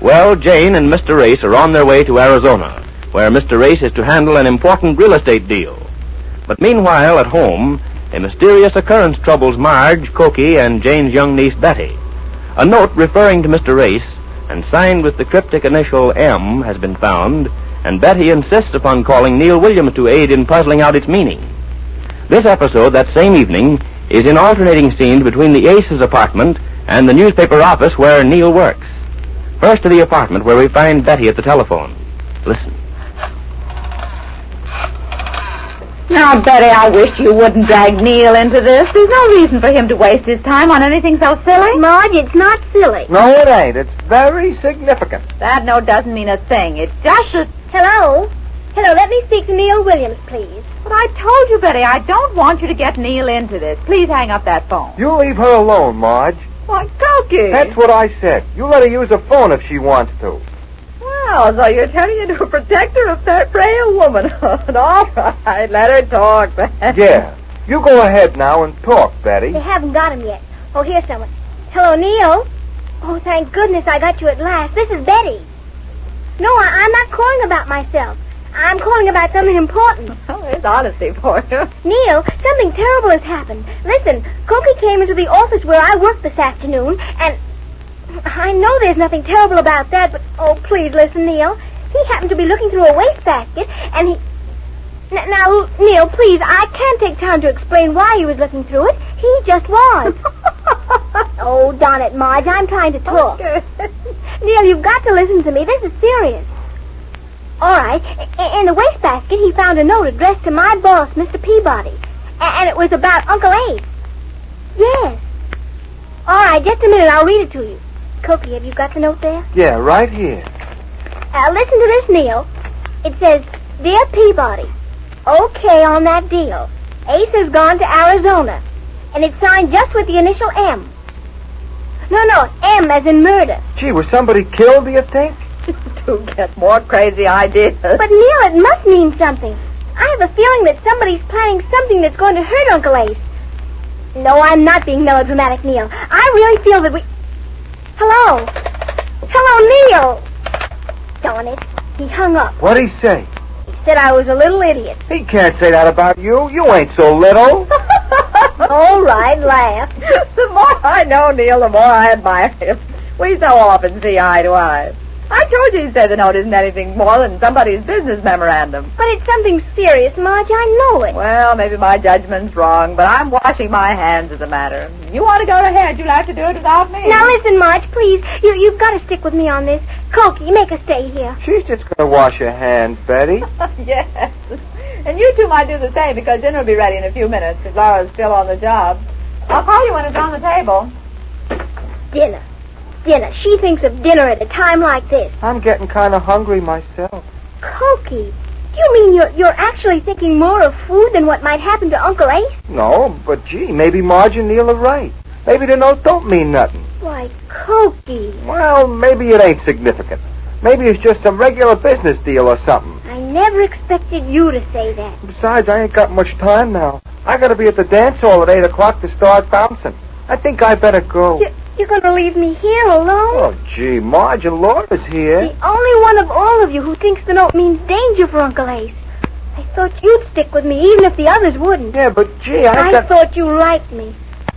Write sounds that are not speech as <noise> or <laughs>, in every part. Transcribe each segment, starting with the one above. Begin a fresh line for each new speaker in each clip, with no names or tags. Well, Jane and Mr. Race are on their way to Arizona, where Mr. Race is to handle an important real estate deal. But meanwhile, at home, a mysterious occurrence troubles Marge, Cokie, and Jane's young niece Betty. A note referring to Mr. Race and signed with the cryptic initial M has been found, and Betty insists upon calling Neil Williams to aid in puzzling out its meaning. This episode, that same evening, is in alternating scenes between the Ace's apartment and the newspaper office where Neil works. First to the apartment where we find Betty at the telephone. Listen.
Now, Betty, I wish you wouldn't drag Neil into this. There's no reason for him to waste his time on anything so silly.
Marge, it's not silly.
No, it ain't. It's very significant.
That note doesn't mean a thing. It's just a...
Hello? Hello, let me speak to Neil Williams, please.
But I told you, Betty, I don't want you to get Neil into this. Please hang up that phone.
You leave her alone, Marge.
Why, Cokie.
That's what I said. You let her use the phone if she wants to.
Well, so you're turning into a protector of that frail womanhood. <laughs> All right, let her talk then. <laughs>
Yeah. You go ahead now and talk, Betty.
They haven't got him yet. Oh, here's someone. Hello, Neil. Oh, thank goodness I got you at last. This is Betty. No, I- I'm not calling about myself. I'm calling about something important.
Well, there's Oh, honesty for you.
Neil, something terrible has happened. Listen, Cokie came into the office where I work this afternoon, and I know there's nothing terrible about that, but oh, please listen, Neil. He happened to be looking through a wastebasket, and he. N- now, Neil, please, I can't take time to explain why he was looking through it. He just was. oh, darn it, Marge, I'm trying to talk. Neil, you've got to listen to me. This is serious. All right. I- In the wastebasket, he found a note addressed to my boss, Mr. Peabody. A- And it was about Uncle Abe. Yes. All right, just a minute. I'll read it to you. Cokie, have you got the note there?
Yeah, right here.
Uh, listen to this, Neil. It says, Dear Peabody, okay on that deal. Ace has gone to Arizona. And it's signed just with the initial M. No, no, M as in murder.
Gee, was somebody killed, do you think?
<laughs> to get more crazy ideas.
But Neil, it must mean something. I have a feeling that somebody's planning something that's going to hurt Uncle Ace. No, I'm not being melodramatic, Neil. I really feel that we. Hello, hello, Neil. Darn it, he hung up.
What'd he say?
He said I was a little idiot.
He can't say that about you. You ain't so
<laughs>
little.
All right, laugh.
the more I know Neil, the more I admire him. We so often see eye to eye. I told you he said the note isn't anything more than somebody's business memorandum.
But it's something serious, Marge. I know it.
Well, maybe my judgment's wrong, but I'm washing my hands of the matter. You want to go ahead, you'll have to do it without me.
Now listen, Marge, please. You you've got to stick with me on this. Cokie, make us stay here.
She's just gonna wash her hands, Betty.
<laughs> yes. And you two might do the same because dinner will be ready in a few minutes because Laura's still on the job. I'll call you when it's on the table.
Dinner, dinner. She thinks of dinner at a time like this.
I'm getting kind of hungry myself.
Cokie, do you mean you're, you're actually thinking more of food than what might happen to Uncle Ace?
No, but gee, maybe Marge and Neil are right. Maybe the note don't mean nothing.
Why, Cokie,
Well, maybe it ain't significant. Maybe it's just some regular business deal or something.
I never expected you to say that.
Besides, I ain't got much time now. I gotta be at the dance hall at eight o'clock to start bouncing. I think I better go.
You, you're going to leave me here alone?
Oh, gee, Marge and Laura's here.
The only one of all of you who thinks the note means danger for Uncle Ace. I thought you'd stick with me, even if the others wouldn't.
Yeah, but gee, I
I
got.
thought you liked me.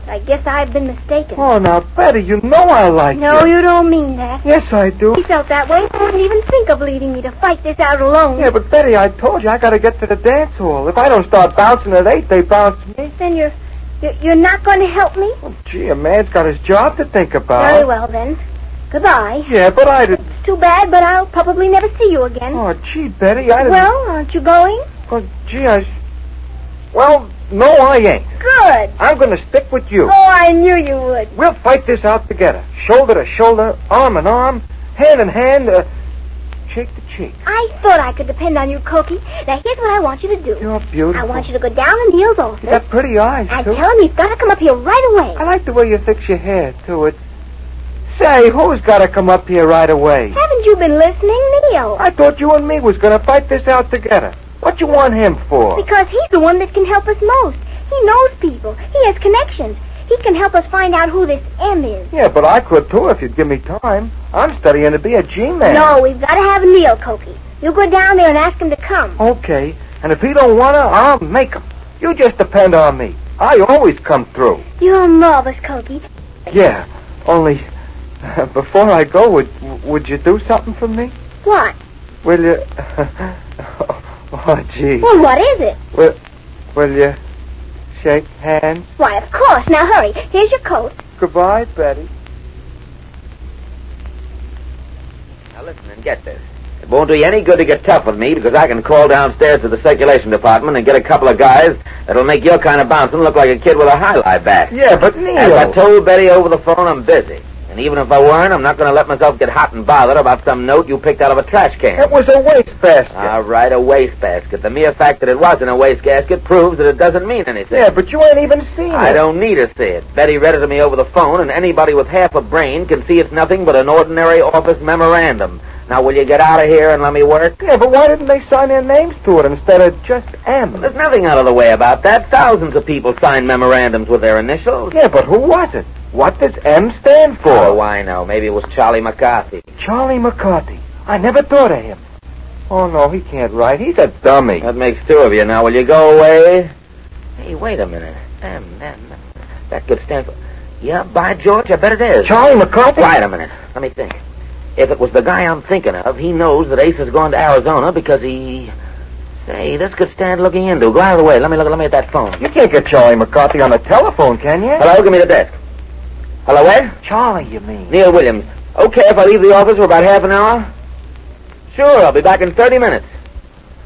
I guess I've been mistaken.
Oh, now, Betty, you know I like
no,
you.
you don't mean that.
Yes, I do.
He felt that way. He wouldn't even think of leaving me to fight this out alone.
Yeah, but Betty, I told you I gotta get to the dance hall. If I don't start bouncing at eight, they bounce me.
Then you're, you're, you're not going to help me?
Oh, gee, a man's got his job to think about.
Very well, then. Goodbye.
Yeah, but I did.
It's too bad, but I'll probably never see you again.
Oh, gee, Betty, I didn't.
well, aren't you going?
Oh, gee, I. Well, no, I ain't.
Good.
I'm going to stick with you.
Oh, I knew you would.
We'll fight this out together, shoulder to shoulder, arm in arm, hand in hand, uh, cheek to cheek.
I thought I could depend on you, Cokie. Now, here's what I want you to do.
You're beautiful.
I want you to go down to Neil's office
You got pretty eyes
and
too.
tell him he's got to come up here right away.
I like the way you fix your hair too. It. Say, who's got to come up here right away?
Haven't you been listening, Neil?
I thought you and me was going to fight this out together. What you want him for?
Because he's the one that can help us most. He knows people. He has connections. He can help us find out who this M is.
Yeah, but I could too if you'd give me time. I'm studying to be a G-man.
No, we've got to have Neil, Cokie. You go down there and ask him to
Oh,
come.
Okay. And if he don't want to, I'll make him. You just depend on me. I always come through.
You're marvelous, Cokie.
Yeah. Only, <laughs> before I go, would would you do something for me?
What?
Will you? <laughs> oh, gee.
Well, what is it?
Will, will you shake hands?
Why, of course. Now hurry. Here's your coat.
Goodbye, Betty.
Now listen and get this. It won't do you any good to get tough with me because I can call downstairs to the circulation department and get a couple of guys that'll make your kind of bouncing look like a kid with a highlight back.
Yeah, but Neil.
As I told Betty over the phone, I'm busy. And even if I weren't, I'm not going to let myself get hot and bothered about some note you picked out of a trash can.
It was a wastebasket.
All right, a wastebasket. The mere fact that it wasn't a wastebasket proves that it doesn't mean anything.
yeah, but you ain't even seen
I
it.
don't need to see it. Betty read it to me over the phone, and anybody with half a brain can see it's nothing but an ordinary office memorandum. Now, will you get out of here and let me work?
Yeah, but why didn't they sign their names to it instead of just M?
There's nothing out of the way about that. Thousands of people sign memorandums with their initials.
Yeah, but who was it? What does M stand for?
Oh, I know. Maybe it was Charlie McCarthy.
Charlie McCarthy. I never thought of him. Oh, no, he can't write. He's a dummy.
That makes two of you now. Will you go away? Hey, wait a minute. Um, um, that could stand for. Yeah, by George, I bet it is.
Charlie McCarthy?
Wait a minute. Let me think. If it was the guy I'm thinking of, he knows that Ace has gone to Arizona because he. Say, this could stand looking into. Go out of the way. Let me look. Let me at that phone.
You can't get Charlie McCarthy on the telephone, can you?
Hello, give me the desk. Hello, Ed?
Charlie, you mean?
Neil Williams. Okay, if I leave the office for about half an hour? Sure, I'll be back in 30 minutes.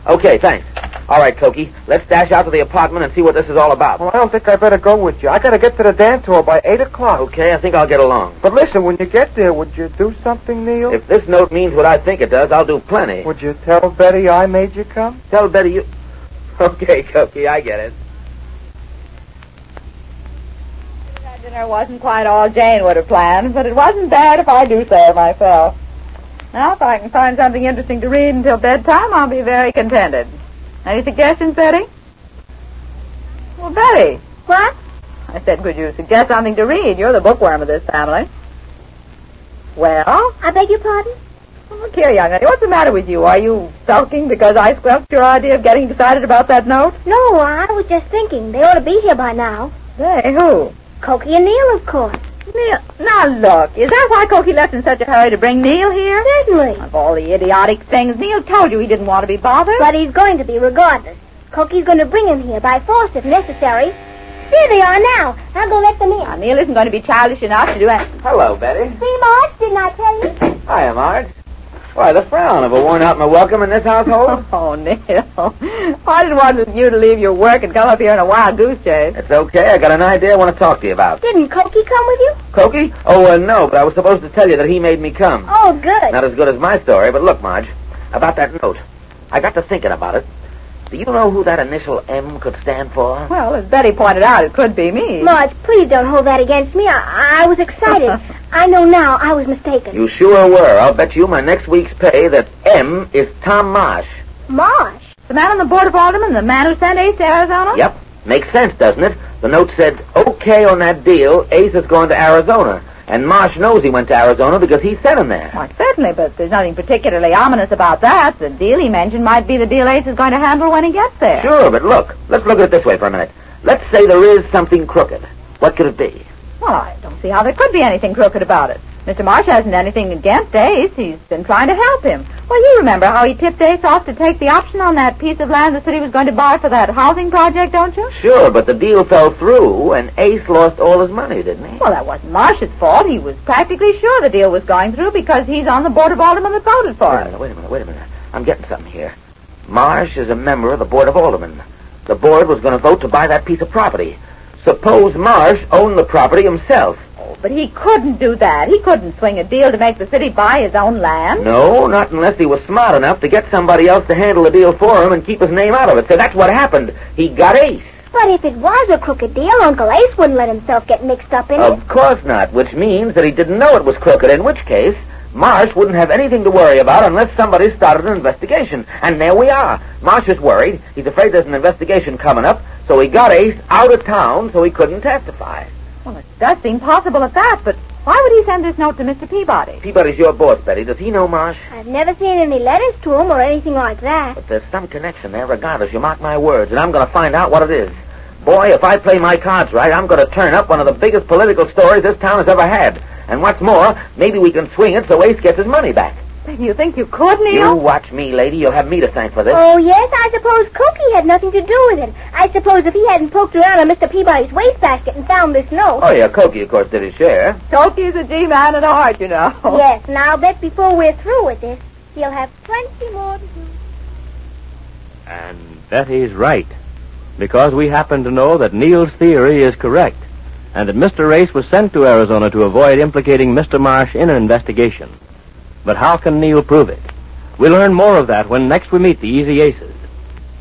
Okay, thanks. All right, Cokie, let's dash out to the apartment and see what this is all about.
Well, I don't think I better go with you. I gotta get to the dance hall by 8 o'clock.
Okay, I think I'll get along.
But listen, when you get there, would you do something, Neil?
If this note means what I think it does, I'll do plenty.
Would you tell Betty I made you come?
Tell Betty you. <laughs> Okay, Cokie, I get it.
That dinner wasn't quite all Jane would have planned, but it wasn't bad if I do say it myself. Now, if I can find something interesting to read until bedtime, I'll be very contented. Any suggestions, Betty? Well, Betty,
What?
I said, could you suggest something to read? You're the bookworm of this family. Well,
I beg your pardon?
look here, young lady. What's the matter with you? Are you sulking because I squelched your idea of getting excited about that note?
No, I was just thinking. They ought to be here by now.
Say, who?
Cokie and Neil, of course.
Neil. Now look, is that why Cokie left in such a hurry to bring Neil here?
Certainly.
Of all the idiotic things, Neil told you he didn't want to be bothered.
But he's going to be regardless. Cokie's going to bring him here by force if necessary. Here they are now. I'll go let them
Now,
in.
Neil isn't going to be childish enough to do anything.
Hello, Betty.
See, Marge, didn't I tell you?
Hi, Marge. Why, the frown of a worn out my welcome in this
<laughs>
household?
<laughs> Oh, Neil. I didn't want you to leave your work and come up here in a wild goose chase.
it's okay. I got an idea I want to talk to you about.
Didn't Cokie come with you?
Cokie? Oh, uh, no, but I was supposed to tell you that he made me come.
Oh, good.
Not as good as my story, but look, Marge, about that note. I got to thinking about it. Do you know who that initial M could stand for?
Well, as Betty pointed out, it could be me.
Marge, please don't hold that against me. I, I was
<laughs>
excited. I know now I was mistaken.
You sure were. I'll bet you my next week's pay that M is Tom Marsh.
Marge?
The man on the board of aldermen, the man who sent Ace to Arizona?
Yep. Makes sense, doesn't it? The note said, okay on that deal, Ace is going to Arizona. And Marsh knows he went to Arizona because he sent him there.
Why, certainly, but there's nothing particularly ominous about that. The deal he mentioned might be the deal Ace is going to handle when he gets there.
Sure, but look. Let's look at it this way for a minute. Let's say there is something crooked. What could it be?
Well, I don't see how there could be anything crooked about it. Mr. Marsh hasn't anything against Ace. He's been trying to help him. Well, you remember how he tipped Ace off to take the option on that piece of land the city was going to buy for that housing project, don't you?
Sure, but the deal fell through, and Ace lost all his money, didn't he?
Well, that wasn't Marsh's fault. He was practically sure the deal was going through because he's on the board of aldermen that voted for
Wait a
it.
minute, wait a minute, wait a minute. I'm getting something here. Marsh is a member of the Board of Aldermen. The board was going to vote to buy that piece of property. Suppose Marsh owned the property himself.
Oh, but he couldn't do that. He couldn't swing a deal to make the city buy his own land.
No, not unless he was smart enough to get somebody else to handle the deal for him and keep his name out of it. So that's what happened. He got Ace.
But if it was a crooked deal, Uncle Ace wouldn't let himself get mixed up in
Um.
it.
Of course not, which means that he didn't know it was crooked, in which case, Marsh wouldn't have anything to worry about unless somebody started an investigation. And there we are. Marsh is worried. He's afraid there's an investigation coming up, so he got Ace out of town so he couldn't testify.
Well, it does seem possible at that, but why would he send this note to Mr. Peabody?
Peabody's your boss, Betty. Does he know Marsh?
I've never seen any letters to him or anything like that.
But there's some connection there, regardless. You mark my words, and I'm going to find out what it is. Boy, if I play my cards right, I'm going to turn up one of the biggest political stories this town has ever had. And what's more, maybe we can swing it so Ace gets his money back.
You think you could,
You
Neil?
watch me, lady. You'll have me to thank for this.
Oh, yes, I suppose Cookie had nothing to do with it. I suppose if he hadn't poked around in Mr. Peabody's wastebasket and found this note.
Oh, yeah, Cokie, of course, did his share.
Tokie's a G-man at heart, you know.
Yes, and I'll bet before we're through with this, he'll have plenty more to do.
And Betty's right, because we happen to know that Neil's theory is correct, and that Mr. Race was sent to Arizona to avoid implicating Mr. Marsh in an investigation. But how can Neil prove it? We learn more of that when next we meet the Easy Aces.